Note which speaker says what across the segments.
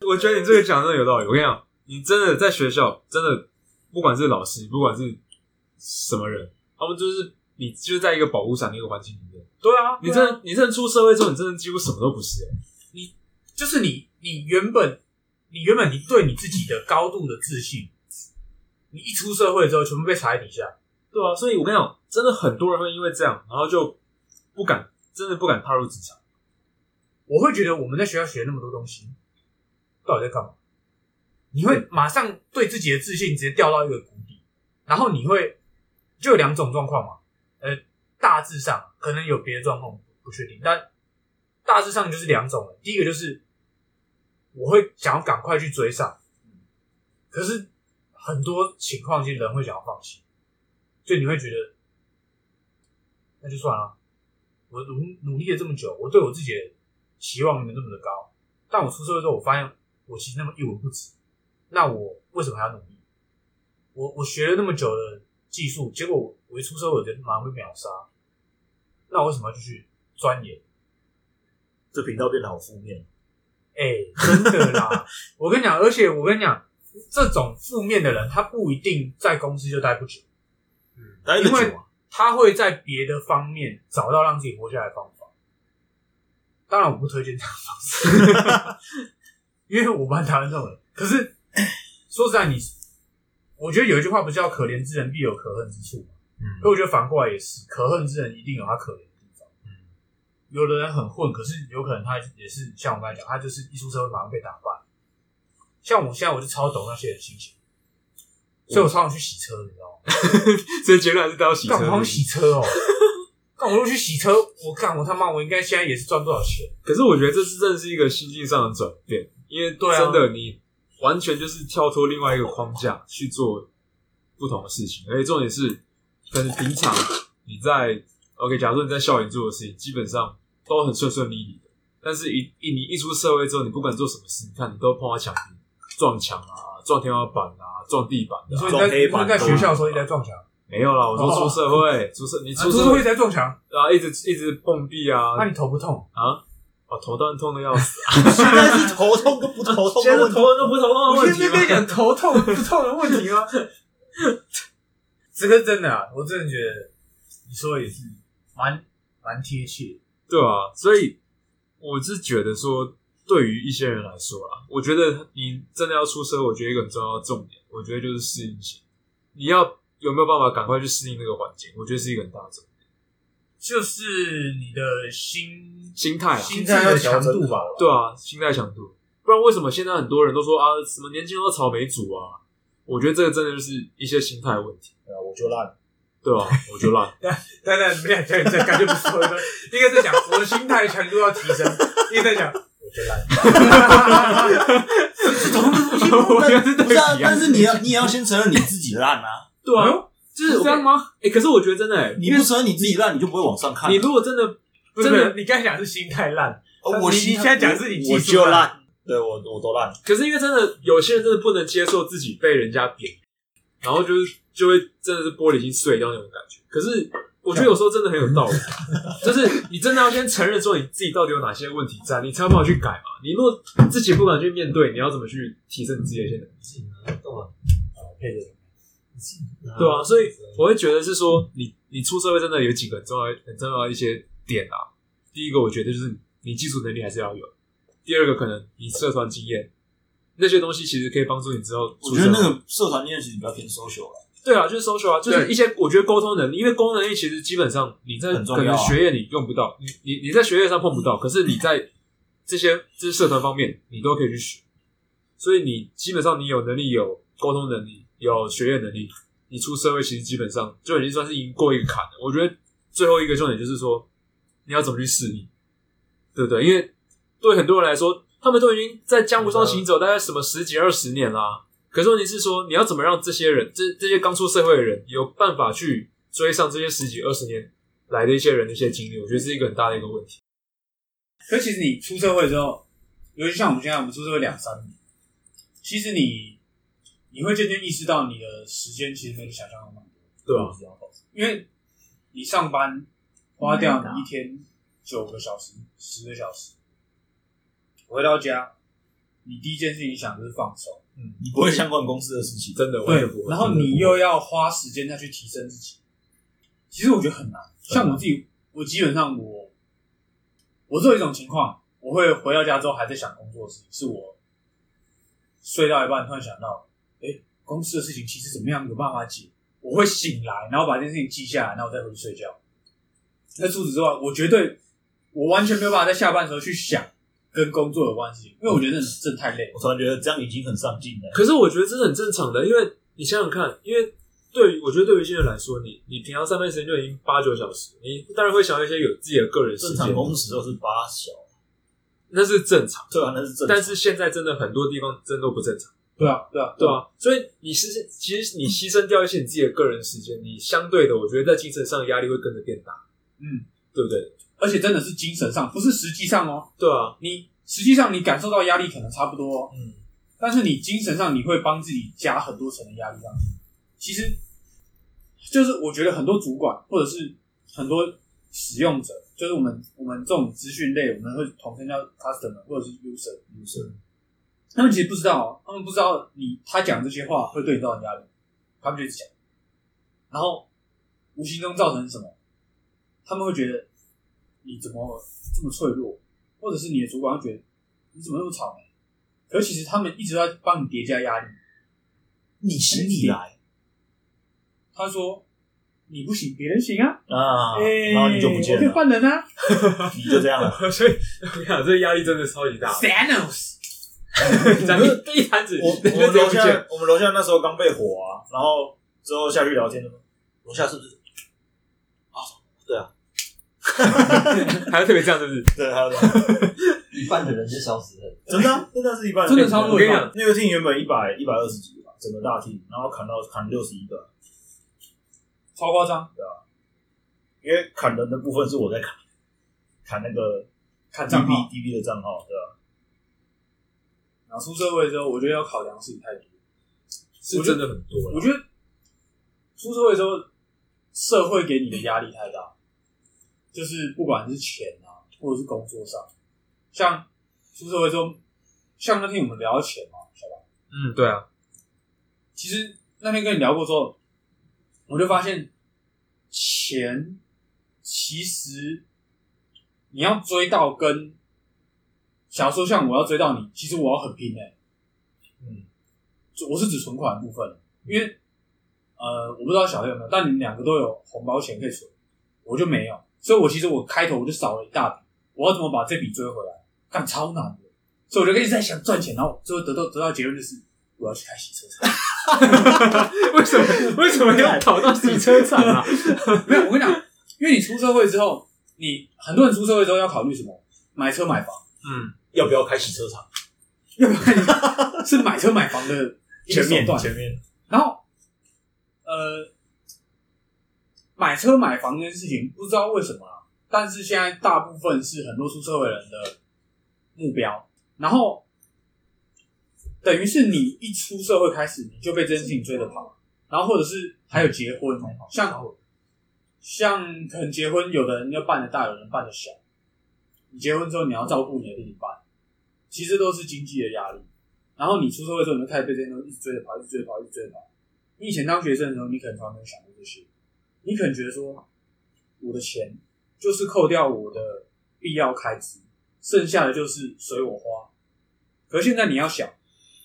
Speaker 1: 我觉得你这个讲的有道理。我跟你讲，你真的在学校，真的不管是老师，不管是什么人，他们就是你就是在一个保护伞的一个环境里面。
Speaker 2: 对啊，
Speaker 1: 你真的、你真的出社会之后，你真的几乎什么都不是、欸。
Speaker 2: 就是你，你原本你原本你对你自己的高度的自信，你一出社会之后，全部被踩在底下。
Speaker 1: 对啊，所以我跟你讲，真的很多人会因为这样，然后就不敢，真的不敢踏入职场。
Speaker 2: 我会觉得我们在学校学那么多东西，到底在干嘛？你会马上对自己的自信直接掉到一个谷底，然后你会就有两种状况嘛，呃，大致上可能有别的状况不确定，但大致上就是两种了。第一个就是我会想要赶快去追上，可是很多情况其实人会想要放弃，所以你会觉得那就算了，我努努力了这么久，我对我自己的期望没有那么的高，但我出社会之后，我发现我其实那么一文不值，那我为什么还要努力？我我学了那么久的技术，结果我我一出社会我就马上被秒杀，那我为什么要继续钻研？
Speaker 3: 这频道变得好负面。
Speaker 2: 哎、真的啦！ 我跟你讲，而且我跟你讲，这种负面的人，他不一定在公司就待不久，
Speaker 3: 嗯，待得
Speaker 2: 因
Speaker 3: 久
Speaker 2: 为
Speaker 3: 啊，
Speaker 2: 他会在别的方面找到让自己活下来的方法。当然，我不推荐这样的方式， 因为我蛮讨厌这种人。可是说实在你，我觉得有一句话不是叫“可怜之人必有可恨之处”吗？可
Speaker 1: 嗯，
Speaker 2: 我觉得反过来也是，可恨之人一定有他可怜的地方。
Speaker 1: 嗯，
Speaker 2: 有的人很混，可是有可能他也是像我刚才讲，他就是一出社会马上被打败。像我现在我就超懂那些人心情，所以我超想去洗车，你知道吗？
Speaker 1: 所以结论还是都要洗车。
Speaker 2: 干我好想洗车 哦！干我如果去洗车，我干我他妈我应该现在也是赚不少钱。
Speaker 1: 可是我觉得这是真的是一个心境上的转变，因为
Speaker 2: 对啊
Speaker 1: 真的你完全就是跳脱另外一个框架去做不同的事情，而且重点是，可能平常你在 OK，假如说你在校园做的事情，基本上都很顺顺利利的，但是一一你一出社会之后，你不管做什么事，你看你都碰到墙壁，撞墙啊，撞天花板啊，撞地板
Speaker 2: 你
Speaker 1: 的、啊。
Speaker 2: 说你在
Speaker 3: 撞黑
Speaker 2: 你
Speaker 3: 板
Speaker 2: 说你在学校的时候一直在撞墙，啊
Speaker 1: 没有啦，我说出社会，出社你
Speaker 2: 出
Speaker 1: 出社
Speaker 2: 社会
Speaker 1: 会
Speaker 2: 一直在撞墙，
Speaker 1: 啊，一直一直碰壁啊
Speaker 2: 那你头不痛？
Speaker 1: 啊，哦，头当然痛的要死。
Speaker 3: 现在是头痛跟不头痛的问题。
Speaker 1: 都不头痛
Speaker 2: 我现在跟你讲头痛不痛的问题吗？这个真的啊，我真的觉得你说的也是蛮蛮贴切。
Speaker 1: 对啊，所以我是觉得说，对于一些人来说啦，我觉得你真的要出社会，我觉得一个很重要的重点，我觉得就是适应性。你要有没有办法赶快去适应那个环境？我觉得是一个很大的重点
Speaker 2: 就是你的心
Speaker 1: 心态啊，
Speaker 2: 心智的强
Speaker 3: 心
Speaker 2: 度
Speaker 3: 态要调整
Speaker 2: 吧
Speaker 3: 好。
Speaker 1: 对啊，心态强度。不然为什么现在很多人都说啊，什么年轻人都草莓族啊？我觉得这个真的就是一些心态问题，
Speaker 3: 对啊我就烂，
Speaker 1: 对啊，我就烂。
Speaker 2: 当然，你们俩讲这感觉不是我的，应该在讲我的心态强度要提升，应该在讲
Speaker 3: 我就烂。
Speaker 2: 这种东西
Speaker 1: 我觉得是
Speaker 3: 不是啊
Speaker 1: 对，比啊
Speaker 3: 但是你要你也要先承认你自己 烂啊！
Speaker 1: 对啊，就是
Speaker 2: 是这样
Speaker 1: 吗？哎、可是我觉得真的、欸，
Speaker 3: 你不承认你自己烂，你就不会往上看。啊
Speaker 1: 你如果真的
Speaker 2: 不是
Speaker 1: 真
Speaker 2: 不
Speaker 1: 的
Speaker 2: 是，你刚才讲是心态烂，
Speaker 3: 哦我
Speaker 2: 你
Speaker 3: 心
Speaker 2: 你现在讲是你技术
Speaker 3: 我就烂，对我我都烂。
Speaker 1: 可是因为真的有些人真的不能接受自己被人家贬，然后就是就会真的是玻璃心碎掉那种感觉。可是我觉得有时候真的很有道理，就是你真的要先承认说你自己到底有哪些问题在，你才有办法去改嘛。你如果自己不敢去面对，你要怎么去提升你自己的一些能力？
Speaker 2: 配着嗯
Speaker 1: 对啊，所以我会觉得是说，你你出社会真的有几个很重要、很重要的一些点啊。第一个，我觉得就是你技术能力还是要有；第二个，可能你社团经验那些东西，其实可以帮助你之后出
Speaker 3: 我觉得
Speaker 1: 社
Speaker 3: 那
Speaker 1: 会
Speaker 3: 个社团练习比较偏 social 了，
Speaker 1: 对啊，就是 social 啊，就是一些我觉得沟通能力，因为沟通能力其实基本上你在
Speaker 3: 很重
Speaker 1: 可
Speaker 3: 要啊
Speaker 1: 能学业你用不到，你你你在学业上碰不到，可是你在这些这些社团方面你都可以去学，所以你基本上你有能力有沟通能力，有学业能力，你出社会其实基本上就已经算是赢过一个坎了。我觉得最后一个重点就是说你要怎么去适应，对不对？因为对很多人来说，他们都已经在江湖
Speaker 3: 嗯
Speaker 1: 上行走大概什么十几二十年啊啦、可是问题是说，你要怎么让这些人，这这些刚出社会的人，有办法去追上这些十几二十年来的一些人的一些经历？我觉得是一个很大的一个问题。
Speaker 2: 可其实你出社会之后，尤其像我们现在，我们出社会两三年，其实你你会渐渐意识到你的时间其实没你想象的慢，
Speaker 1: 对
Speaker 3: 不知道
Speaker 2: 因为你上班花掉你一天九个小时、十个小时，回到家你第一件事情想就是放松，
Speaker 3: 你不会相关公司的事情。
Speaker 1: 嗯真的完
Speaker 2: 对
Speaker 1: 全不，会。嗯
Speaker 2: 然后你又要花时间再去提升自己，其实我觉得很难。像我自己，我基本上我我只有一种情况，我会回到家之后还在想工作的事情，是我睡到一半突然想到，哎、公司的事情其实怎么样有办法解，我会醒来，然后把这件事情记下来，然后再回去睡觉。那除此之外，我绝对我完全没有办法在下班的时候去想跟工作有关系，因为我觉得真的太累了。
Speaker 3: 我突然觉得这样已经很上进了。
Speaker 1: 可是我觉得这是很正常的，因为你想想看，因为对于我觉得对于一些人来说，你你平常上班时间就已经八九小时，你当然会想要一些有自己的个人时
Speaker 3: 正
Speaker 1: 间
Speaker 3: 常，工时都是八小，
Speaker 1: 那是正常。
Speaker 3: 对啊，那是正常。
Speaker 1: 但是现在真的很多地方真的都不正常，
Speaker 2: 对啊，对啊，
Speaker 1: 对啊，所以你是其实你牺牲掉一些你自己的个人时间，你相对的，我觉得在精神上压力会跟着变大，
Speaker 2: 嗯，
Speaker 1: 对不对？
Speaker 2: 而且真的是精神上，不是实际上哦。
Speaker 1: 对啊，
Speaker 2: 你实际上你感受到压力可能差不多、哦，
Speaker 1: 嗯，
Speaker 2: 但是你精神上你会帮自己加很多层的压力上去。其实，就是我觉得很多主管或者是很多使用者，就是我们我们这种资讯类，我们会统称叫 customer 或者是 user user。他们其实不知道、哦，他们不知道你他讲这些话会对你造成压力，他们就一直讲，然后无形中造成什么？他们会觉得你怎么这么脆弱，或者是你的主管会觉得你怎么那么草莓？可是其实他们一直在帮你叠加压力。
Speaker 3: 你行你
Speaker 1: 哎
Speaker 3: 来
Speaker 2: 他说你不行，别人行啊，
Speaker 3: 啊，
Speaker 2: 哎
Speaker 3: 然后你就不见
Speaker 2: 我可以
Speaker 3: 了，
Speaker 2: 换人啊。
Speaker 3: 你就这 样了。
Speaker 1: 所以我跟你讲，这压力真的超级 大，
Speaker 2: Thanos，
Speaker 1: 讲一这一摊子，
Speaker 3: 我
Speaker 1: 直
Speaker 3: 我
Speaker 1: 接
Speaker 3: 们楼
Speaker 1: 不见，
Speaker 3: 下我们楼下那时候刚被火啊，然后之后下去聊天，楼下是不是？
Speaker 1: 还要特别这样，是不是？
Speaker 3: 对，还有这样
Speaker 4: 一半的人就消失了，
Speaker 3: 真的啊真的是一半，
Speaker 2: 真的超过
Speaker 1: 我跟
Speaker 2: 一
Speaker 1: 你
Speaker 2: 半
Speaker 1: 讲。
Speaker 3: 那个 team 原本一百一百二十几个吧，整个大 team，然后砍到砍六十一个，
Speaker 2: 超夸张，
Speaker 3: 因为砍人的部分是我在砍，砍那个
Speaker 2: 看账
Speaker 3: DB
Speaker 2: 号。
Speaker 3: DB 的账号，对啊吧？
Speaker 2: 然后出社会之后，我觉得要考量事情太多。
Speaker 1: 是真的很多啊了，
Speaker 2: 我觉得出社会之后，社会给你的压力太大，就是不管是钱啊，或者是工作上，像出社会之后，像那天我们聊到钱嘛，小白。
Speaker 1: 嗯，对啊，
Speaker 2: 其实那天跟你聊过之后，我就发现钱其实你要追到跟，假如说像我要追到你，其实我要很拼诶、
Speaker 1: 嗯，
Speaker 2: 就我是指存款的部分，因为呃，我不知道小黑有没有，但你们两个都有红包钱可以存，我就没有，所以我其实我开头我就少了一大笔，我要怎么把这笔追回来？干超难的，所以我就一直在想赚钱，然后最后得到得到结论就是我要去开洗车场。
Speaker 1: 为什么为什么要跑到洗车场 啊？
Speaker 2: 没有，我跟你讲，因为你出社会之后，你很多人出社会之后要考虑什么？买车买房，
Speaker 1: 嗯，
Speaker 3: 要不要开洗车场？
Speaker 2: 要不然是买车买房的一个
Speaker 3: 前
Speaker 2: 手
Speaker 3: 面
Speaker 2: 段。
Speaker 3: 前面，
Speaker 2: 然后，呃，买车买房这件事情，不知道为什么啊，但是现在大部分是很多出社会人的目标。然后，等于是你一出社会开始，你就被这件事情追着跑，然后或者是还有结婚，像像可能结婚，有的人要办的大，有人办的小。你结婚之后，你要照顾你的另一半，其实都是经济的压力。然后你出社会之后，你就开始被这些东西一直追着跑，一直追着跑，一直追着跑。你以前当学生的时候，你可能从来没有想过这些，你可能觉得说，我的钱就是扣掉我的必要开支，剩下的就是随我花。可是现在你要想，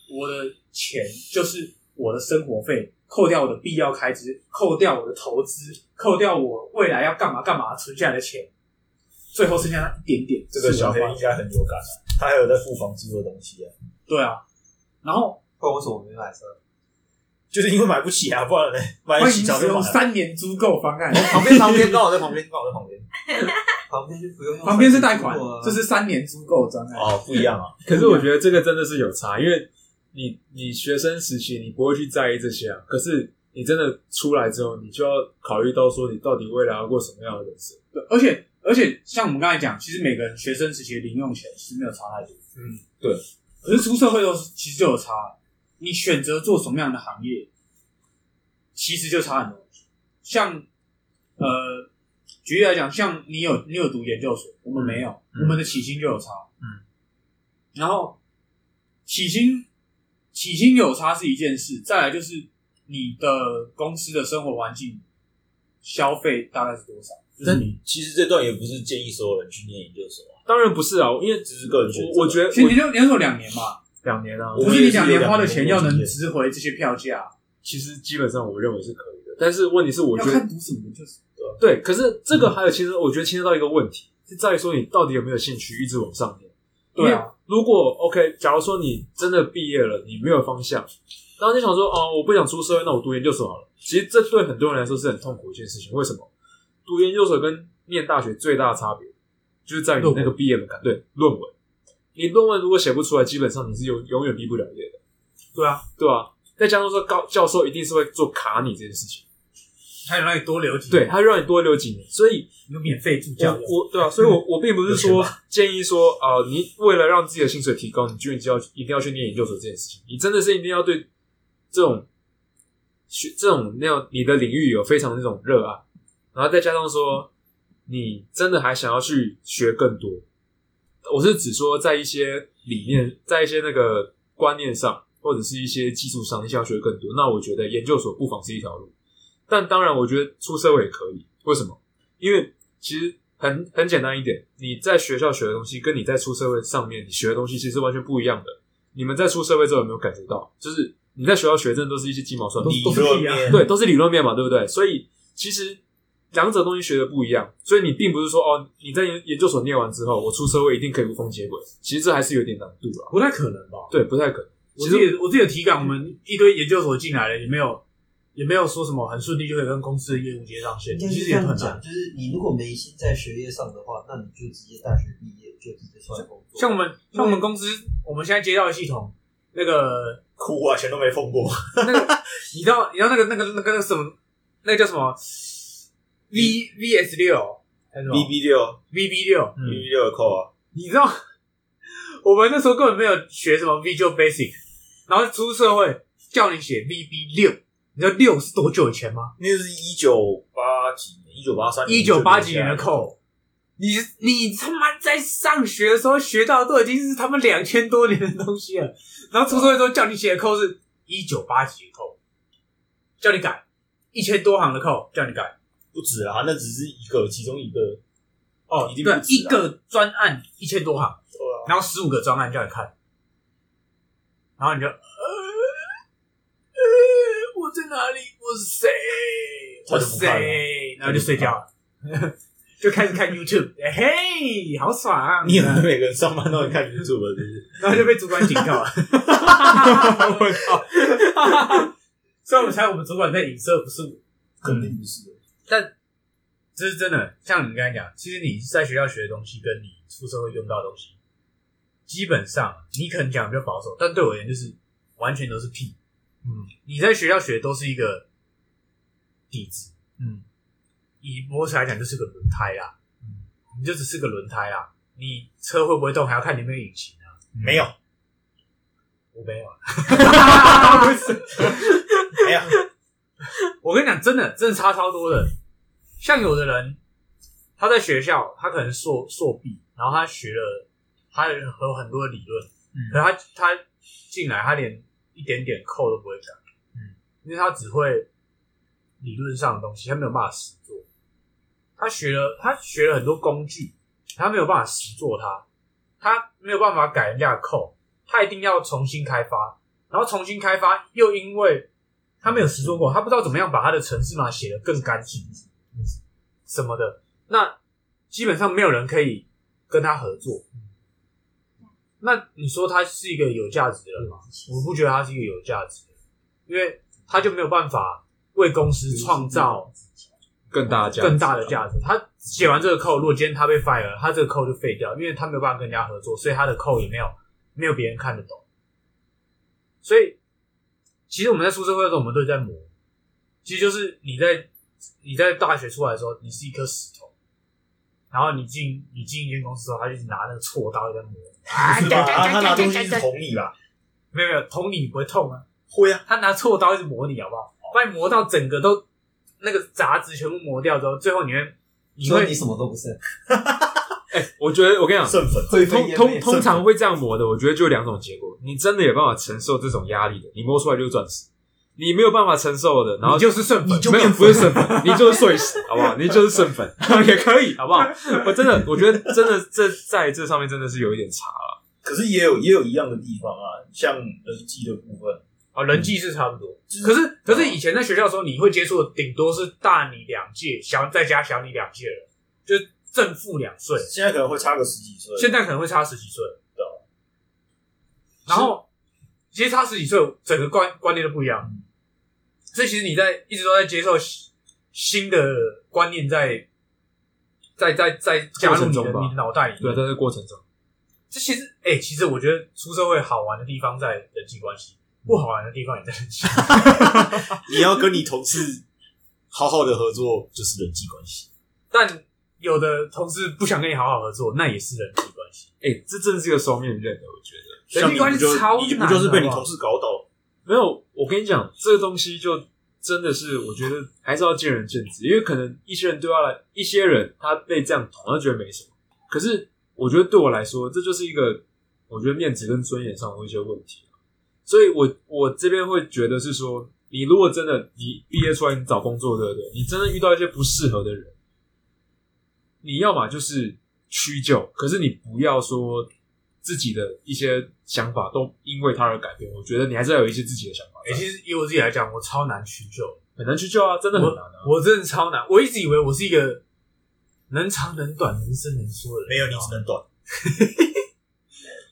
Speaker 2: 我的钱就是我的生活费，扣掉我的必要开支，扣掉我的投资，扣掉我未来要干嘛干嘛存下来的钱，最后剩下那一点点
Speaker 3: 这
Speaker 2: 是我
Speaker 3: 个
Speaker 2: 要花的。
Speaker 3: 小黑应该很有感啊，他还有在付房租的东西啊，
Speaker 2: 对啊，然后
Speaker 4: 不然为什么我没买车？
Speaker 3: 就是因为买不起啊，不然呢，买得
Speaker 2: 欢迎
Speaker 3: 起早
Speaker 2: 使
Speaker 3: 就买
Speaker 2: 用
Speaker 3: 了。
Speaker 2: 三年租购方 案。
Speaker 4: 哦旁边旁边刚好在旁边，刚好在旁边，旁边就不用用。
Speaker 2: 旁边是贷 款，这
Speaker 4: 就是
Speaker 2: 是三年租购专案。
Speaker 3: 哦，不一样啊，
Speaker 1: 可是我觉得这个真的是有差，因为你你学生时期你不会去在意这些啊，可是你真的出来之后，你就要考虑到说你到底未来要过什么样的人生。
Speaker 2: 对，而且而且像我们刚才讲，其实每个人学生时期的零用钱其实没有差太多。
Speaker 1: 嗯，对。
Speaker 2: 可是出社会后其实就有差了，你选择做什么样的行业，其实就差很多。像呃，举例来讲，像你有你有读研究所，我们没有，
Speaker 1: 嗯
Speaker 2: 我们的起薪就有差。
Speaker 1: 嗯。
Speaker 2: 然后
Speaker 5: 起薪起薪有差是一件事，再来就是你的公司的生活环境消费大概是多少？
Speaker 3: 就是你
Speaker 6: 但其实这段也不是建议所有人去念研究所啊，
Speaker 1: 当然不是啊，因为
Speaker 6: 只是个人选择。
Speaker 1: 我我觉得
Speaker 5: 其实
Speaker 1: 我
Speaker 5: 你就你要说两年嘛，
Speaker 1: 两年啊，
Speaker 6: 我
Speaker 5: 不
Speaker 6: 们
Speaker 5: 是你
Speaker 6: 也是有
Speaker 5: 两年花的
Speaker 6: 两年
Speaker 5: 钱要
Speaker 6: 工作
Speaker 5: 能
Speaker 6: 经验
Speaker 5: 值回这些票价，
Speaker 1: 其实基本上我认为是可以的。但是问题是，我
Speaker 5: 要
Speaker 1: 觉得
Speaker 5: 看读什么就是。
Speaker 1: 对，可是这个还有牵涉，我觉得牵涉到一个问题，是在于说你到底有没有兴趣一直往上念。
Speaker 5: 对啊，
Speaker 1: 如果 OK，假如说你真的毕业了，你没有方向，然后你想说哦，我不想出社会，那我读研究所好了。其实这对很多人来说是很痛苦的一件事情。为什么？读研究所跟念大学最大的差别，就是在于你那个毕业门槛，对论文。你论文如果写不出来，基本上你是永永远毕不了业的，
Speaker 2: 对啊，
Speaker 1: 对吧、再加上说高教授一定是会做卡你这件事情，
Speaker 2: 还有让你多留几
Speaker 1: 对，，他让你多留几年，所以
Speaker 2: 有免费助教
Speaker 1: 我，我对啊，所以我我并不是说建议说啊、呃你为了让自己的薪水提高，你就一定要一定要去念研究所这件事情。你真的是一定要对这种学这种那样你的领域有非常那种热爱，然后再加上说你真的还想要去学更多。我是指说在一些理念，在一些那个观念上，或者是一些技术上，你想要学更多，那我觉得研究所不妨是一条路。但当然，我觉得出社会也可以。为什么？因为其实很很简单一点，你在学校学的东西跟你在出社会上面你学的东西其实是完全不一样的。你们在出社会之后有没有感觉到？就是你在学校学，真的都是一些鸡毛蒜皮，
Speaker 2: 都都是
Speaker 6: 论
Speaker 2: 屁啊
Speaker 6: 面
Speaker 1: 对，都是理论面嘛，对不对？所以其实两者东西学的不一样，所以你并不是说哦，你在研研究所念完之后，我出社会一定可以无缝接轨，其实这还是有点难度啦。
Speaker 2: 不太可能吧？
Speaker 1: 对，不太可能。
Speaker 2: 我
Speaker 1: 其
Speaker 2: 自
Speaker 1: 实
Speaker 2: 己我自己的体感，我们一堆研究所进来了，也没有也没有说什么很顺利就可以跟公司的业务接上线，
Speaker 6: 应该
Speaker 2: 其
Speaker 6: 是
Speaker 2: 实
Speaker 6: 这
Speaker 2: 也
Speaker 6: 样
Speaker 2: 很难
Speaker 6: 讲，。就是你如果没心在学业上的话，那你就直接大学毕业就直接出来工作。
Speaker 2: 像我们像我
Speaker 6: 嗯
Speaker 2: 们公司，我们现在接到的系统，那个
Speaker 3: 哭啊，全都没碰 过。
Speaker 2: 你知道你知道那个那个那个那个什么，那个叫什么 V V S 六还是什
Speaker 3: B 嗯
Speaker 2: 么
Speaker 3: B 六
Speaker 2: V B 六？
Speaker 3: ，B B 六的扣啊，
Speaker 2: 你知道 我们那时候根本没有学什么 Visual Basic，然后出社会叫你写 V B 六，你知道六是多久以前吗？
Speaker 3: 那是一九八几年，一九八三，
Speaker 2: 一九八几年的扣，你你他妈在上学的时候学到的都已经是他们两千多年的东西了，然后出社会之后叫你写的扣是一九八几的扣，叫你改一千多行的扣，叫你改
Speaker 3: 不止啊，那只是一个，其中一个。
Speaker 2: 哦，
Speaker 3: 一定不
Speaker 2: 对
Speaker 3: 止啊，
Speaker 2: 一个专案一千多行，
Speaker 3: 对啊，
Speaker 2: 然后十五个专案叫你看，然后你就呃呃，我在哪里？我是谁？
Speaker 3: 他
Speaker 2: 我
Speaker 3: 就是不看了
Speaker 2: 谁？然后就睡觉了，就开始看 YouTube，哎嘿，好爽！啊
Speaker 3: 你以为每个人上班都会看 YouTube，就是
Speaker 2: 然后就被主管警告了。
Speaker 1: 我靠，
Speaker 2: 所以我们猜我们主管在影射不是我，
Speaker 3: 肯定不是。
Speaker 2: 这是真的。像你刚才讲，其实你在学校学的东西，跟你出社会用到的东西，基本上你可能讲得比较保守，但对我而言就是完全都是屁。嗯，你在学校学的都是一个底子，
Speaker 1: 嗯，
Speaker 2: 以摩托车来讲就是个轮胎啦，嗯，你就只是个轮胎啦，你车会不会动还要看你有没有引擎啊，
Speaker 3: 没有，
Speaker 2: 我没有啊，
Speaker 3: 没有，
Speaker 2: 我跟你讲，真的，真的差超多的。像有的人，他在学校，他可能硕硕毕，然后他学了，他有很多理论，可是他他进来，他连一点点扣都不会讲，
Speaker 1: 嗯，
Speaker 2: 因为他只会理论上的东西，他没有办法实做。他学了，他学了很多工具，他没有办法实做它，他没有办法改人家的扣，他一定要重新开发，然后重新开发，又因为他没有实做过，他不知道怎么样把他的城市码写得更干净什么的。那基本上没有人可以跟他合作。那你说他是一个有价值的人吗？我不觉得他是一个有价值的人，因为他就没有办法为公司创造
Speaker 1: 更大的价值
Speaker 2: 更大的价值。他写完这个扣，如果今天他被 fire，了他这个扣就废掉，因为他没有办法跟人家合作，所以他的扣也没有没有别人看得懂。所以，其实我们在出社会的时候，我们都在磨。其实就是你在你在大学出来的时候，你是一颗石头，然后你进你进一间公司的时候，他就拿那个锉刀在磨。
Speaker 3: 不是吧？啊他拿东西是捅你吧？
Speaker 2: 没有没有，捅你不会痛啊，
Speaker 3: 会啊，
Speaker 2: 他拿锉刀一直磨你，好不好？把你磨到整个都那个杂质全部磨掉之后，最后你会你
Speaker 6: 所
Speaker 2: 会
Speaker 6: 啊以你什么都不是，
Speaker 1: 哎、我觉得我跟你讲，
Speaker 3: 剩粉，
Speaker 6: 会
Speaker 1: 通
Speaker 6: 分
Speaker 1: 通通常会这样磨的，我觉得就有两种结果：你真的有办法承受这种压力的，你磨出来就是钻石；你没有办法承受的，然后
Speaker 2: 你就是剩粉，
Speaker 1: 没有不是剩粉，你就是碎石，好不好？你就是剩 粉也可以，好不好？我真的，我觉得真的这在这上面真的是有一点差了。
Speaker 3: 可是也有也有一样的地方啊，像人际的部分，
Speaker 2: 啊，
Speaker 1: 嗯
Speaker 2: 人际是差不多。可是可是以前在学校的时候，你会接触的顶多是大你两届，小再加小你两届的人，就是正负两岁。
Speaker 3: 现在可能会差个十几岁。
Speaker 2: 现在可能会差十几岁，
Speaker 3: 对
Speaker 1: 啊
Speaker 2: 然后其实差十几岁，整个观观念都不一样。
Speaker 1: 嗯
Speaker 2: 所以其实你在一直都在接受新新的观念在，在在在加入
Speaker 1: 过程
Speaker 2: 你的
Speaker 1: 中吧
Speaker 2: 你的脑袋里
Speaker 1: 对，
Speaker 2: 面。
Speaker 1: 在这过程中，
Speaker 2: 这其实，哎、其实我觉得出社会好玩的地方在人际关系，不好玩的地方也在人际。
Speaker 7: 你要跟你同事好好的合作，就是人际关系。
Speaker 2: 但有的同事不想跟你好好合作，那也是人际关系。
Speaker 1: 哎、这真是一个双面刃的，我觉得。
Speaker 7: 像你不就
Speaker 2: 人际关系超
Speaker 7: 你不
Speaker 2: 难
Speaker 7: 就是被你
Speaker 2: 好不好
Speaker 7: 同事搞倒？
Speaker 1: 没有，我跟你讲，这个东西就真的是，我觉得还是要见仁见智，因为可能一些人对他来，一些人他被这样捅，他觉得没什么。可是我觉得对我来说，这就是一个我觉得面子跟尊严上的一些问题啊所以我我这边会觉得是说，你如果真的你毕业出来你找工作，对不对？你真的遇到一些不适合的人，你要么就是屈就，可是你不要说自己的一些想法都因为他而改变。我觉得你还是要有一些自己的想法
Speaker 2: 哎、其实以我自己来讲，我超难屈就的。
Speaker 1: 很难去救啊，真的很难啊。
Speaker 2: 我真的超难，我一直以为我是一个能长能短、能伸能缩的人，
Speaker 3: 没有，你只能短。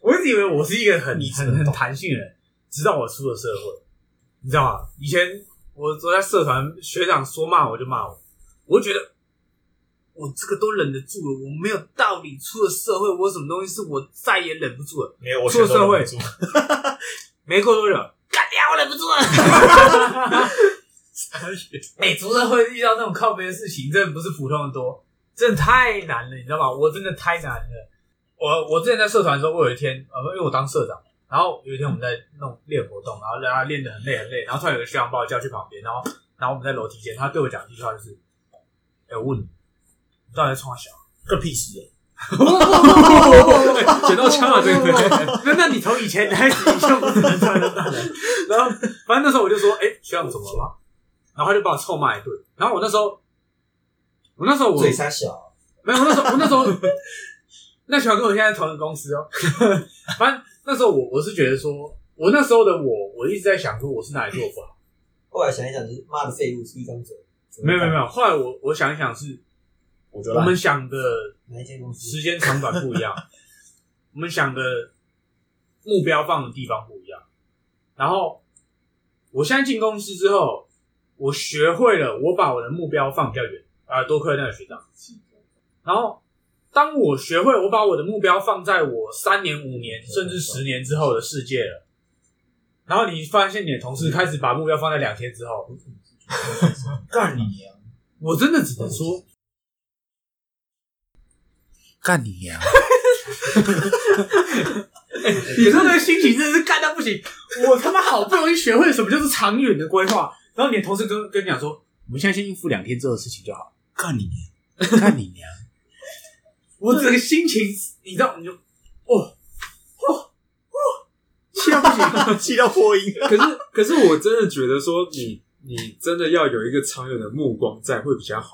Speaker 2: 我一直以为我是一个很
Speaker 3: 你只能
Speaker 2: 很很
Speaker 3: 懂
Speaker 2: 弹性的人，直到我出了社会，你知道吗？以前我我在社团学长说骂我就骂我，我就觉得我这个都忍得住了，我没有道理出了社会，我有什么东西是我再也忍不住了？
Speaker 3: 没有，我
Speaker 2: 出了
Speaker 3: 全都
Speaker 2: 社会
Speaker 3: 忍不住
Speaker 2: 没过多久，干掉我忍不住了。哎、出社会遇到那种靠背的事情，真的不是普通的多，真的太难了，你知道吗？我真的太难了。我我之前在社团的时候，我有一天，呃，因为我当社长，然后有一天我们在弄练活动，然后大家练得很累很累，然后突然有个学长把我叫去旁边，然后然后我们在楼梯间，他对我讲一句话就是：“哎、我问你，你到底在冲啥小？
Speaker 3: 个屁事啊！
Speaker 1: 捡到枪了，这个
Speaker 2: 那那你从以前开始，你就不能这样打人。然后反正那时候我就说，哎、学长怎么了？然后他就把我臭骂一顿。然后我那时候，我那时候我
Speaker 6: 嘴傻小，
Speaker 2: 没有，我那时候我那时候，那学长跟我现在同一个公司哦。 反正那时候我我是觉得说，我那时候的我，我一直在想说我是哪里做不好。
Speaker 6: 后来想一想，就是妈的废物出一张嘴。怎么
Speaker 2: 没有没有没
Speaker 6: 办，
Speaker 2: 有，后来我我想一想是，
Speaker 3: 我觉
Speaker 2: 我
Speaker 3: 得
Speaker 2: 们想的
Speaker 6: 哪一间公司？
Speaker 2: 时间长短不一 样，我们想的目标放的地方不一样。然后我现在进公司之后，我学会了我把我的目标放比较远啊，多亏那个学长。然后当我学会我把我的目标放在我三年、五年甚至十年之后的世界了，然后你发现你的同事开始把目标放在两天之后，
Speaker 3: 干你娘！
Speaker 2: 我真的只能说，
Speaker 7: 干你
Speaker 2: 哎
Speaker 7: 呀！
Speaker 2: 有时候那个心情真的是干到不行。我他妈好不容易学会什么叫做长远的规划，然后你的同事跟跟你讲说，我们现在先应付两天之后的事情就好。
Speaker 7: 干你娘！干你娘！
Speaker 2: 我整个心情，你知道，你就哦，
Speaker 7: 气到不行，气到破音。
Speaker 1: 可是 可是我真的觉得说你，你真的要有一个长远的目光在会比较好。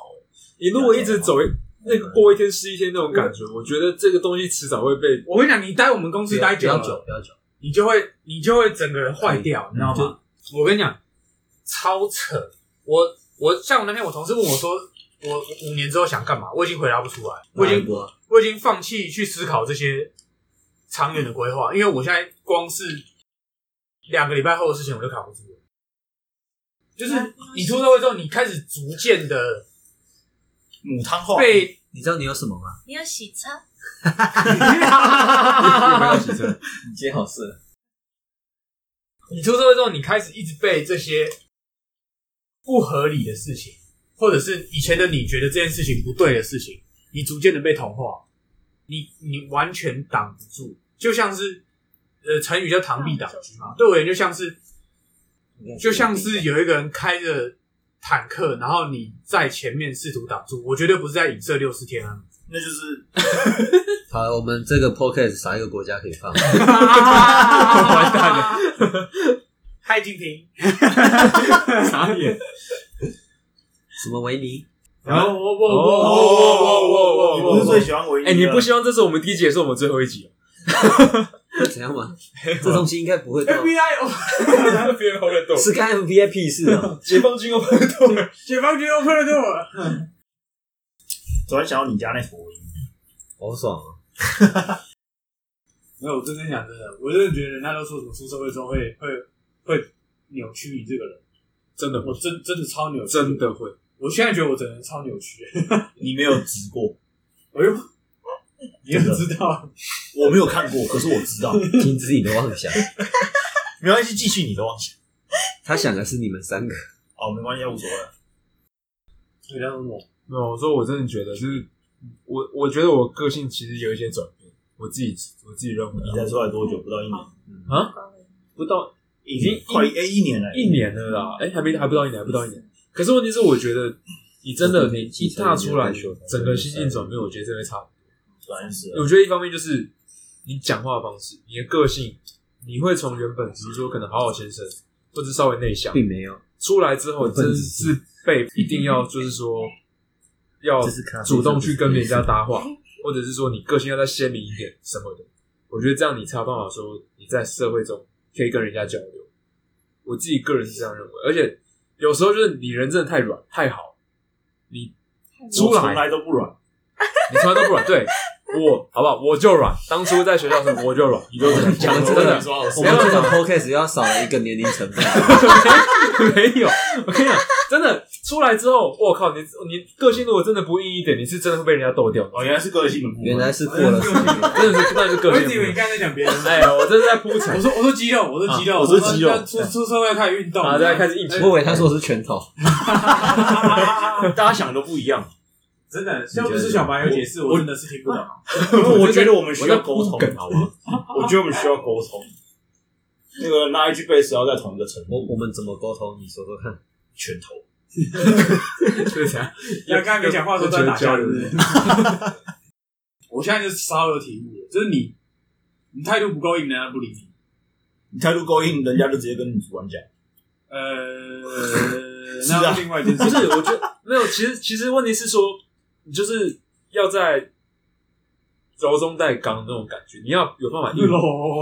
Speaker 1: 你如果一直走一那个过一天是一天那种感觉，我觉得这个东西迟早会被
Speaker 2: 我跟你讲，你待我们公司待久
Speaker 6: 不要
Speaker 2: 了，
Speaker 6: 久，不要久。嗯
Speaker 2: 你就会你就会整个人坏掉，你知道吗？我跟你讲，超扯！我我像我那天我同事问我说，我我五年之后想干嘛？我已经回答不出来，我已经
Speaker 6: 啊
Speaker 2: 我已经放弃去思考这些长远的规划，因为我现在光是两个礼拜后的事情我就扛不住了。就是你出社会之后，你开始逐渐的
Speaker 3: 母汤话，
Speaker 2: 被
Speaker 6: 你知道你有什么吗？
Speaker 8: 你要洗车？
Speaker 6: 你今天好色，
Speaker 2: 你出社会之后，你开始一直被这些不合理的事情，或者是以前的你觉得这件事情不对的事情，你逐渐的被同化，你你完全挡不住，就像是呃成语叫螳臂挡车嘛，对我而言就像是就像是有一个人开着坦克，然后你在前面试图挡住，我绝对不是在影射六四天安门，
Speaker 3: 那就是
Speaker 9: 好，我们这个 podcast 哪一个国家可以放？
Speaker 1: 完蛋了，
Speaker 2: 嗨，金平，
Speaker 1: 傻眼。
Speaker 9: 什么维尼？
Speaker 3: 然后
Speaker 2: 我我
Speaker 1: 哦
Speaker 2: 我，
Speaker 3: 你
Speaker 2: 哦
Speaker 3: 不是最喜欢维尼？
Speaker 1: 哎，你不希望这是我们第一集，也是我们最后一集哦？
Speaker 9: 怎 样嘛？这东西应该不会 动，
Speaker 2: FBI
Speaker 1: 别人好感动
Speaker 9: 是看 FBI 屁事啊！
Speaker 1: 解放军又碰动了。
Speaker 2: 解放军 open the door，
Speaker 3: 突然想到你家那坨维尼，
Speaker 9: 好爽啊！
Speaker 2: 没有，我真跟你讲真的，我真的觉得人家都说什么出社会之后会会会扭曲你这个人，
Speaker 1: 真的会，
Speaker 2: 我真真的超扭曲，
Speaker 1: 真，的会。
Speaker 2: 我现在觉得我整个人超扭 曲，
Speaker 3: 你没有直过，
Speaker 2: 哎呦，你也知道，
Speaker 3: 我没有看过，可是我知道。
Speaker 9: 听自己的妄想，
Speaker 3: 没关系，继续你的妄想。
Speaker 9: 他想的是你们三个。
Speaker 3: 哦，没关系，无所谓。
Speaker 2: 人家都我
Speaker 1: 没有，我说我真的觉得，就是我，我觉得我个性其实有一些转变，我自己我自己认为啊，
Speaker 3: 你才出来多久？不到一年，
Speaker 1: 不到
Speaker 3: 已
Speaker 1: 经
Speaker 3: 快哎一年了。
Speaker 1: 一年了啦，哎、还没还不到一年，还不到一年。可是问题是，我觉得你真的你一踏出来，整个心境转变，我觉得真的差很
Speaker 3: 本来是啊
Speaker 1: 多。我觉得一方面就是你讲话的方式，你的个性，你会从原本只是说可能好好先生，或者稍微内向，
Speaker 9: 并没有，
Speaker 1: 出来之后真是被一定要就是 说要
Speaker 9: 这是咖啡
Speaker 1: 主动去跟人家搭话，或者是说你个性要再鲜明一点什么的。我觉得这样你才有办法说你在社会中可以跟人家交流。我自己个人是这样认为，而且有时候就是你人真的太软太好，你出
Speaker 3: 我从
Speaker 1: 来
Speaker 3: 来都不软，
Speaker 1: 你从来都不软，对我好不好？我就软，当初在学校的时候我就软，你就这样讲真的。
Speaker 10: 说好
Speaker 9: 我们这种 podcast 要少了一个年龄层 分。
Speaker 1: 没有，我跟你讲，真的出来之后，我靠，你你个性如果真的不硬一点，你是真的会被人家斗掉，
Speaker 3: 哦，原来是个性的部分。
Speaker 9: 原来是过了，
Speaker 1: 真的是那是个
Speaker 2: 我
Speaker 1: 性
Speaker 2: 一
Speaker 1: 的
Speaker 2: 直以为你
Speaker 1: 部
Speaker 2: 刚才在讲别人，
Speaker 1: 分。哎呀，我这是在铺
Speaker 2: 我
Speaker 1: 陈，
Speaker 2: 说我说肌肉，我说肌肉，
Speaker 3: 啊我说肌肉
Speaker 2: 那出出社会开始运动，
Speaker 1: 然后啊再开始硬起
Speaker 9: 我以为他说的是拳头，
Speaker 3: 大家想的都不一样，
Speaker 2: 真的，要不是小白有解释，我真的是听不懂。
Speaker 3: 因为我觉得我们需
Speaker 1: 我在
Speaker 3: 要
Speaker 1: 铺
Speaker 3: 沟
Speaker 1: 梗
Speaker 3: 通，好吗？ 我觉得我们需要沟通。那个拉一句贝斯要在同一个程
Speaker 9: 我
Speaker 3: 度，
Speaker 9: 我们怎么沟通？你说说看。
Speaker 3: 拳头。
Speaker 1: 就是这样。
Speaker 2: 要刚才没讲话的时候在打架，
Speaker 1: 有有
Speaker 2: 对不
Speaker 1: 有
Speaker 2: 对
Speaker 1: 有？
Speaker 2: 我现在就是稍有体悟了，就是你，你态度不够硬，人家不理你。
Speaker 3: 你态度够硬，人家就直接跟你主管讲。
Speaker 2: 呃，那是另外一件事
Speaker 1: 啊不，是，我觉得没有。其实其实问题 是说，你就是要在柔中带刚那种感觉，你要有办法硬
Speaker 2: 柔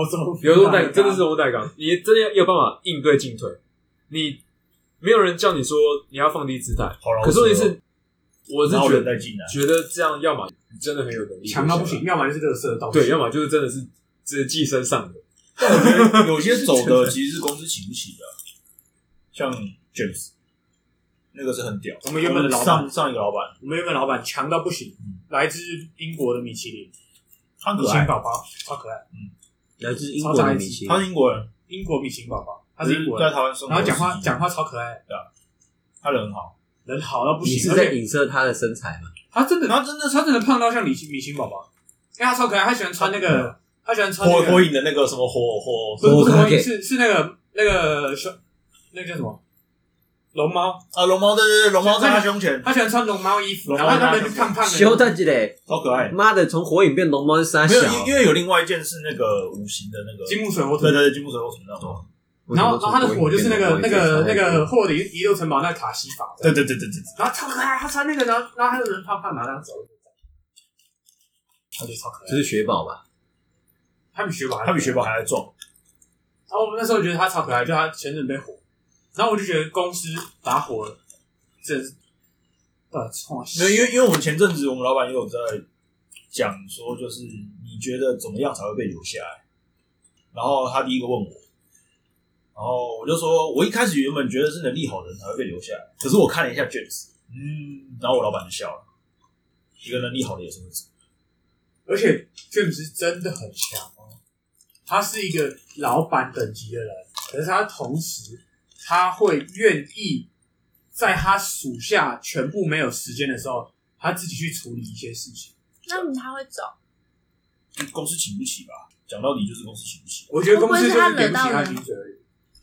Speaker 2: 中
Speaker 1: 柔中带真的是柔中带刚，你真的有办法应对进退。你没有人叫你说你要放低姿态，
Speaker 3: 好
Speaker 1: 可是问题是，我是
Speaker 3: 然后
Speaker 1: 觉
Speaker 3: 人
Speaker 1: 得
Speaker 3: 再进来，
Speaker 1: 觉得这样，要么你真的很有能力，
Speaker 2: 强到不行，；要么就是这个色到
Speaker 1: 对，要么就是真的是是寄生上的。
Speaker 3: 但我觉得有些走的其实是公司请不起的，像 James，那个是很屌。
Speaker 2: 我们原本的老板
Speaker 3: 上上一个老板，
Speaker 2: 我们原本老板强到不行，
Speaker 1: 嗯
Speaker 2: 来自英国的米其林
Speaker 3: 他很
Speaker 2: 米
Speaker 3: 可
Speaker 2: 其林
Speaker 3: 爱，
Speaker 2: 宝宝，超可爱，
Speaker 9: 来自英国的明星，
Speaker 3: 他是英国人，
Speaker 2: 英国米其林宝宝，他是英国
Speaker 3: 在
Speaker 2: 人，
Speaker 3: 台湾生活，
Speaker 2: 然后讲话，讲话超可爱，
Speaker 3: 他人很好，
Speaker 2: 人好到不
Speaker 9: 你
Speaker 2: 行，
Speaker 9: 是
Speaker 2: 而
Speaker 9: 在
Speaker 2: 且
Speaker 9: 影射他的身材吗？
Speaker 2: 他真的
Speaker 3: 然后真的是
Speaker 2: 他真的胖到像米奇米奇宝宝，因为他超可爱，他喜欢穿那个，他喜欢穿那
Speaker 3: 火
Speaker 2: 个，
Speaker 3: 火影的那个什么火火
Speaker 2: 不是不是
Speaker 9: 火
Speaker 2: 火影，
Speaker 9: 影
Speaker 2: 是是那个那个熊，那个叫什么龙猫，
Speaker 3: 啊，龙猫对对对，龙猫在他胸前，
Speaker 2: 他喜欢穿龙猫衣服，
Speaker 3: 龙
Speaker 2: 然
Speaker 3: 猫
Speaker 2: 后他
Speaker 3: 大
Speaker 2: 人
Speaker 3: 胸
Speaker 2: 就胖胖
Speaker 9: 修
Speaker 2: 的，
Speaker 9: 蛋鸡嘞！
Speaker 3: 超可爱。
Speaker 9: 妈的，从火影变龙猫是傻
Speaker 3: 没
Speaker 9: 小，
Speaker 3: 有，。因因为有另外一件是那个五行的那个，
Speaker 2: 金木水火土
Speaker 3: 对。对对，金木水火土那种。
Speaker 2: 然后，然后他的火就是那个、那个、那个《霍的遗留城堡》那个卡西法，
Speaker 3: 对对对对对，对
Speaker 2: 然后超可爱，他穿那个，然后然后他的人胖胖，然后这样走，他就超可爱
Speaker 9: 这。是雪宝吧？
Speaker 2: 他比雪宝还，
Speaker 3: 他比雪宝还来壮。
Speaker 2: 然后我们那时候觉得他超可爱，就他前阵被火，然后我就觉得公司把他火了，这呃创新
Speaker 3: 没有，因为因为我们前阵子我们老板也有在讲说，就是你觉得怎么样才会被留下来？然后他第一个问我，然后我就说，我一开始原本觉得是能力好的人才会被留下来，可是我看了一下 James，嗯，然后我老板就笑了，一个能力好的也是会走。
Speaker 2: 而且 James 真的很强哦，他是一个老板等级的人，可是他同时他会愿意在他属下全部没有时间的时候，他自己去处理一些事情。
Speaker 8: 那你他会走，
Speaker 3: 公司请不起吧？讲到底就是公司请不起，
Speaker 2: 我觉得公司就
Speaker 8: 会
Speaker 2: 是
Speaker 8: 不
Speaker 2: 给
Speaker 8: 会是他惹
Speaker 2: 不
Speaker 8: 到
Speaker 2: 起他
Speaker 8: 人
Speaker 2: 薪水而已。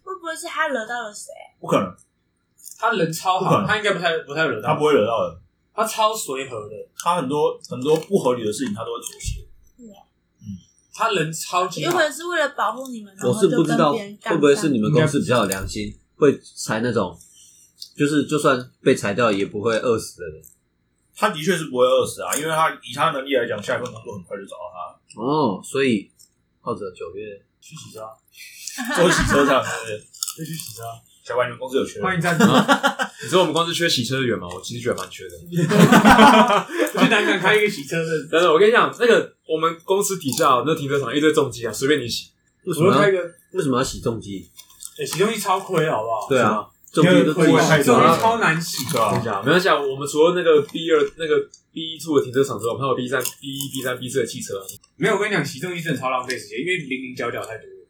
Speaker 8: 会不会是他惹到了谁？
Speaker 3: 不可能，
Speaker 2: 他人超
Speaker 3: 不可
Speaker 2: 好，
Speaker 3: 能
Speaker 2: 他应该不太不太惹到
Speaker 3: 他不会惹到人。
Speaker 2: 他他超随和的，
Speaker 3: 他很多很多不合理的事情他都会妥协。
Speaker 2: 他人超级
Speaker 8: 有
Speaker 2: 好
Speaker 8: 可。能是为了保护你们，然
Speaker 9: 我
Speaker 8: 后
Speaker 9: 是
Speaker 8: 就
Speaker 9: 不知
Speaker 8: 跟
Speaker 9: 道
Speaker 8: 别人杠
Speaker 9: 会不会是
Speaker 8: 上
Speaker 9: 你们公司比较有良心，会裁那种就是就算被裁掉也不会饿死的人。
Speaker 3: 他的确是不会饿死啊，因为他以他的能力来讲，下一份工作很快就找到他。
Speaker 9: 哦，所以浩哲九月
Speaker 2: 去洗车啊，
Speaker 3: 周洗车上是不是？
Speaker 2: 就去洗车啊。
Speaker 3: 小白，你们公司有缺人？
Speaker 11: 欢迎赞助，
Speaker 1: 你知道我们公司缺洗车员吗？我其实觉得蛮缺的。
Speaker 2: 嗯我去南港开一个洗车的，
Speaker 1: 但是我跟你讲，那个我们公司底下那停车场一堆重机啊，随便你洗。
Speaker 9: 为什
Speaker 2: 我
Speaker 9: 么
Speaker 2: 就开一
Speaker 9: 要
Speaker 2: 个，
Speaker 9: 为什么要洗重机？
Speaker 2: 哎，洗东西超亏，好不好？
Speaker 9: 对啊，重机都自己
Speaker 3: 因为
Speaker 9: 洗啊
Speaker 3: 太
Speaker 2: 这
Speaker 3: 多
Speaker 2: 种
Speaker 3: 了
Speaker 2: 东西超难洗，
Speaker 3: 对啊
Speaker 1: 等一，下，没关系啊，我们除了那个 B 二、那个 B two 的停车场之外，我们还有 B 三、B 一、B 三、B 四的汽车啊。
Speaker 2: 没有，我跟你讲，洗东西真的超浪费时间，因为零零角角太多了，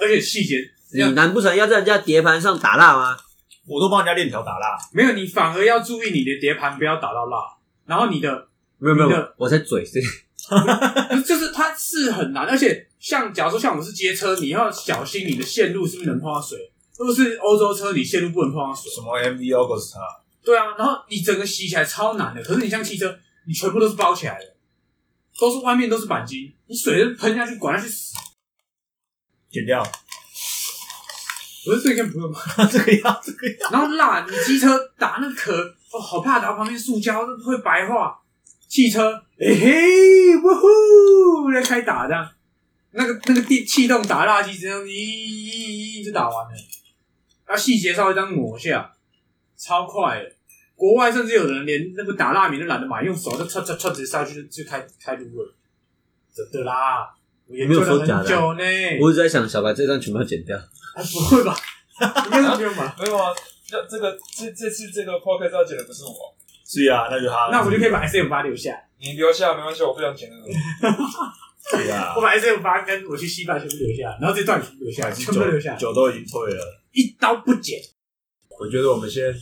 Speaker 2: 而且细节
Speaker 9: 你难不成要在人家碟盘上打蜡吗？
Speaker 3: 我都帮人家链条打蜡，
Speaker 2: 没有，你反而要注意你的碟盘不要打到蜡，然后你的
Speaker 9: 没有
Speaker 2: 没有
Speaker 9: 没有，我在嘴 这
Speaker 2: 就是它是很难，而且像假如说像我是街车，你要小心你的线路是不是能碰到水。如果是欧洲车，你线路不能碰到水。
Speaker 3: 什么 MV Augusta，
Speaker 2: 对啊，然后你整个洗起来超难的。可是你像汽车，你全部都是包起来的，都是外面都是钣金，你水喷下去，管它去死。
Speaker 3: 剪掉。
Speaker 2: 我是最近不用买。
Speaker 3: 这个要这个要，
Speaker 2: 然后蜡，你机车打那个壳，哦，好怕打到旁边塑胶，那会白化。汽车，哎、嘿，哇呼，在开打这样，那个那个电气动打蜡机，这样咦咦咦就打完了。那细节稍微这样抹一下，超快的。国外甚至有人连那个打蜡笔都懒得买，用手就戳戳戳直接下去就就开开撸了，真的啦。我研究
Speaker 9: 没有
Speaker 2: 了
Speaker 9: 说
Speaker 2: 很
Speaker 9: 假的啊
Speaker 2: 久呢，
Speaker 9: 我一直在想，小白这段全部要剪掉。
Speaker 2: 还不会吧？ 应该是不用 吧？
Speaker 12: 没有啊，这这个这这次这个 podcast 要剪的不是我，
Speaker 3: 是呀，那就他，
Speaker 2: 那我就可以把 S M 八留下来。
Speaker 12: 你留下没关系，我不想剪那个。
Speaker 3: 是啊呀
Speaker 2: 我，把 S M 八跟我去西班牙全部留下，然后这段全部留下，全部留下，
Speaker 3: 酒都已经退了，
Speaker 2: 一刀不剪。
Speaker 1: 我觉得我们先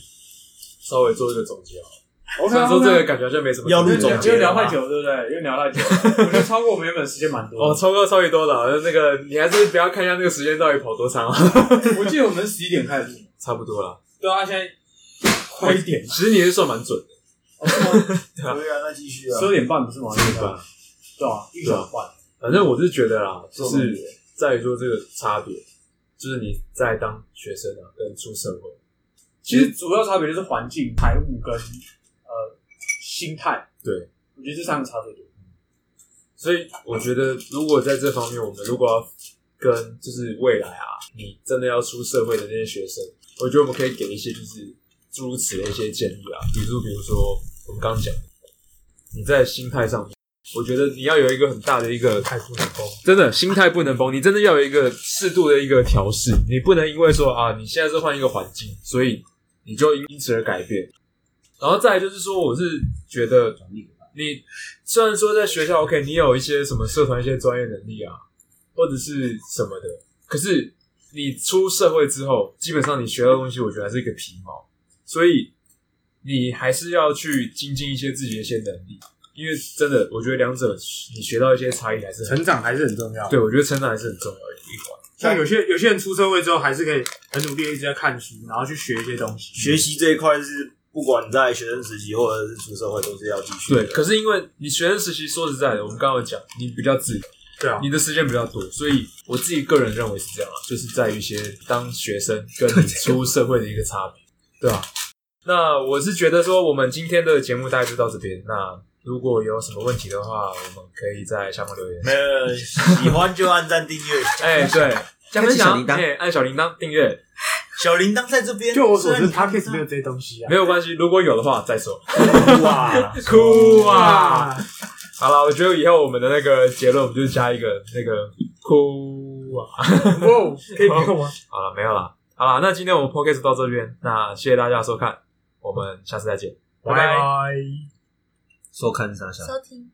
Speaker 1: 稍微做一个总结好了。
Speaker 2: 我
Speaker 1: 虽然说这个感觉好像没什么
Speaker 3: 要录
Speaker 1: 总
Speaker 3: 总
Speaker 1: 结
Speaker 3: 结
Speaker 2: 又聊太久，对不对？又聊太久，了，我觉得超过我们原本时间蛮 多
Speaker 1: 哦，
Speaker 2: 的。
Speaker 1: 超过超级多的啊，那个你还是不要看一下那个时间到底跑多长啊，
Speaker 2: 我记得我们十一点开始录，
Speaker 1: 差不多了。
Speaker 2: 对啊，现在快一点，
Speaker 1: 其实你也是算蛮准的，
Speaker 3: 对啊，那继续啊
Speaker 2: 十，二点半不是吗？
Speaker 1: 对吧？
Speaker 2: 对啊，一个小时半。
Speaker 1: 反正我是觉得啦，就是在于说这个差别，就是你在当学生啊，跟出社会，
Speaker 2: 其实主要差别就是环境、财务跟呃心态。
Speaker 1: 对，
Speaker 2: 我觉得这三个差别多。
Speaker 1: 所以我觉得如果在这方面，我们如果要跟就是未来啊，你真的要出社会的那些学生，我觉得我们可以给一些就是诸如此类的一些建议啊，比如比如说我们刚刚讲的，你在心态上面，我觉得你要有一个很大的一个
Speaker 11: 太不能崩。
Speaker 1: 真的心态不能崩，你真的要有一个适度的一个调试，你不能因为说啊，你现在是换一个环境，所以你就因此而改变。然后再来就是说，我是觉得你虽然说在学校 OK，你有一些什么社团一些专业能力啊，或者是什么的，可是你出社会之后，基本上你学到的东西，我觉得还是一个皮毛，所以你还是要去精进一些自己的一些能力，因为真的，我觉得两者你学到一些差异还是很
Speaker 11: 成长还是很重
Speaker 9: 啊
Speaker 11: 要。
Speaker 1: 对，我觉得成长还是很重要的一环。
Speaker 11: 像有些有些人出社会之后，还是可以很努力地一直在看书，然后去学一些东西。
Speaker 13: 学习这一块是不管在学生时期或者是出社会都是要继续的。
Speaker 1: 对，可是因为你学生时期，说实在的，我们刚刚有讲，你比较自由，
Speaker 11: 对啊，
Speaker 1: 你的时间比较多，所以我自己个人认为是这样啊，就是在于一些当学生跟你出社会的一个差别，对啊。那我是觉得说，我们今天的节目大概就到这边。那如果有什么问题的话，我们可以在下方留言。
Speaker 13: 没有，没有喜欢就按赞订阅，
Speaker 1: 哎、对，加分
Speaker 9: 开启小
Speaker 1: 享，
Speaker 9: 铃铛
Speaker 1: 哎，按小铃铛订阅
Speaker 13: 小铃铛在这边。
Speaker 11: 就我所
Speaker 13: 虽然
Speaker 11: 知
Speaker 13: 你
Speaker 11: ，Podcast 没有这些东西啊
Speaker 1: 没。有关系，如果有的话再 说。
Speaker 3: 哇，
Speaker 1: 哭啊！好了，我觉得以后我们的那个结论，我们就加一个那个哭啊。
Speaker 11: 哦，可以不用吗？
Speaker 1: 好了，没有了。好了，那今天我们 podcast 到这边，那谢谢大家的收看，我们下次再见，拜拜。
Speaker 11: 拜。
Speaker 9: 收看啥小？
Speaker 8: 收听。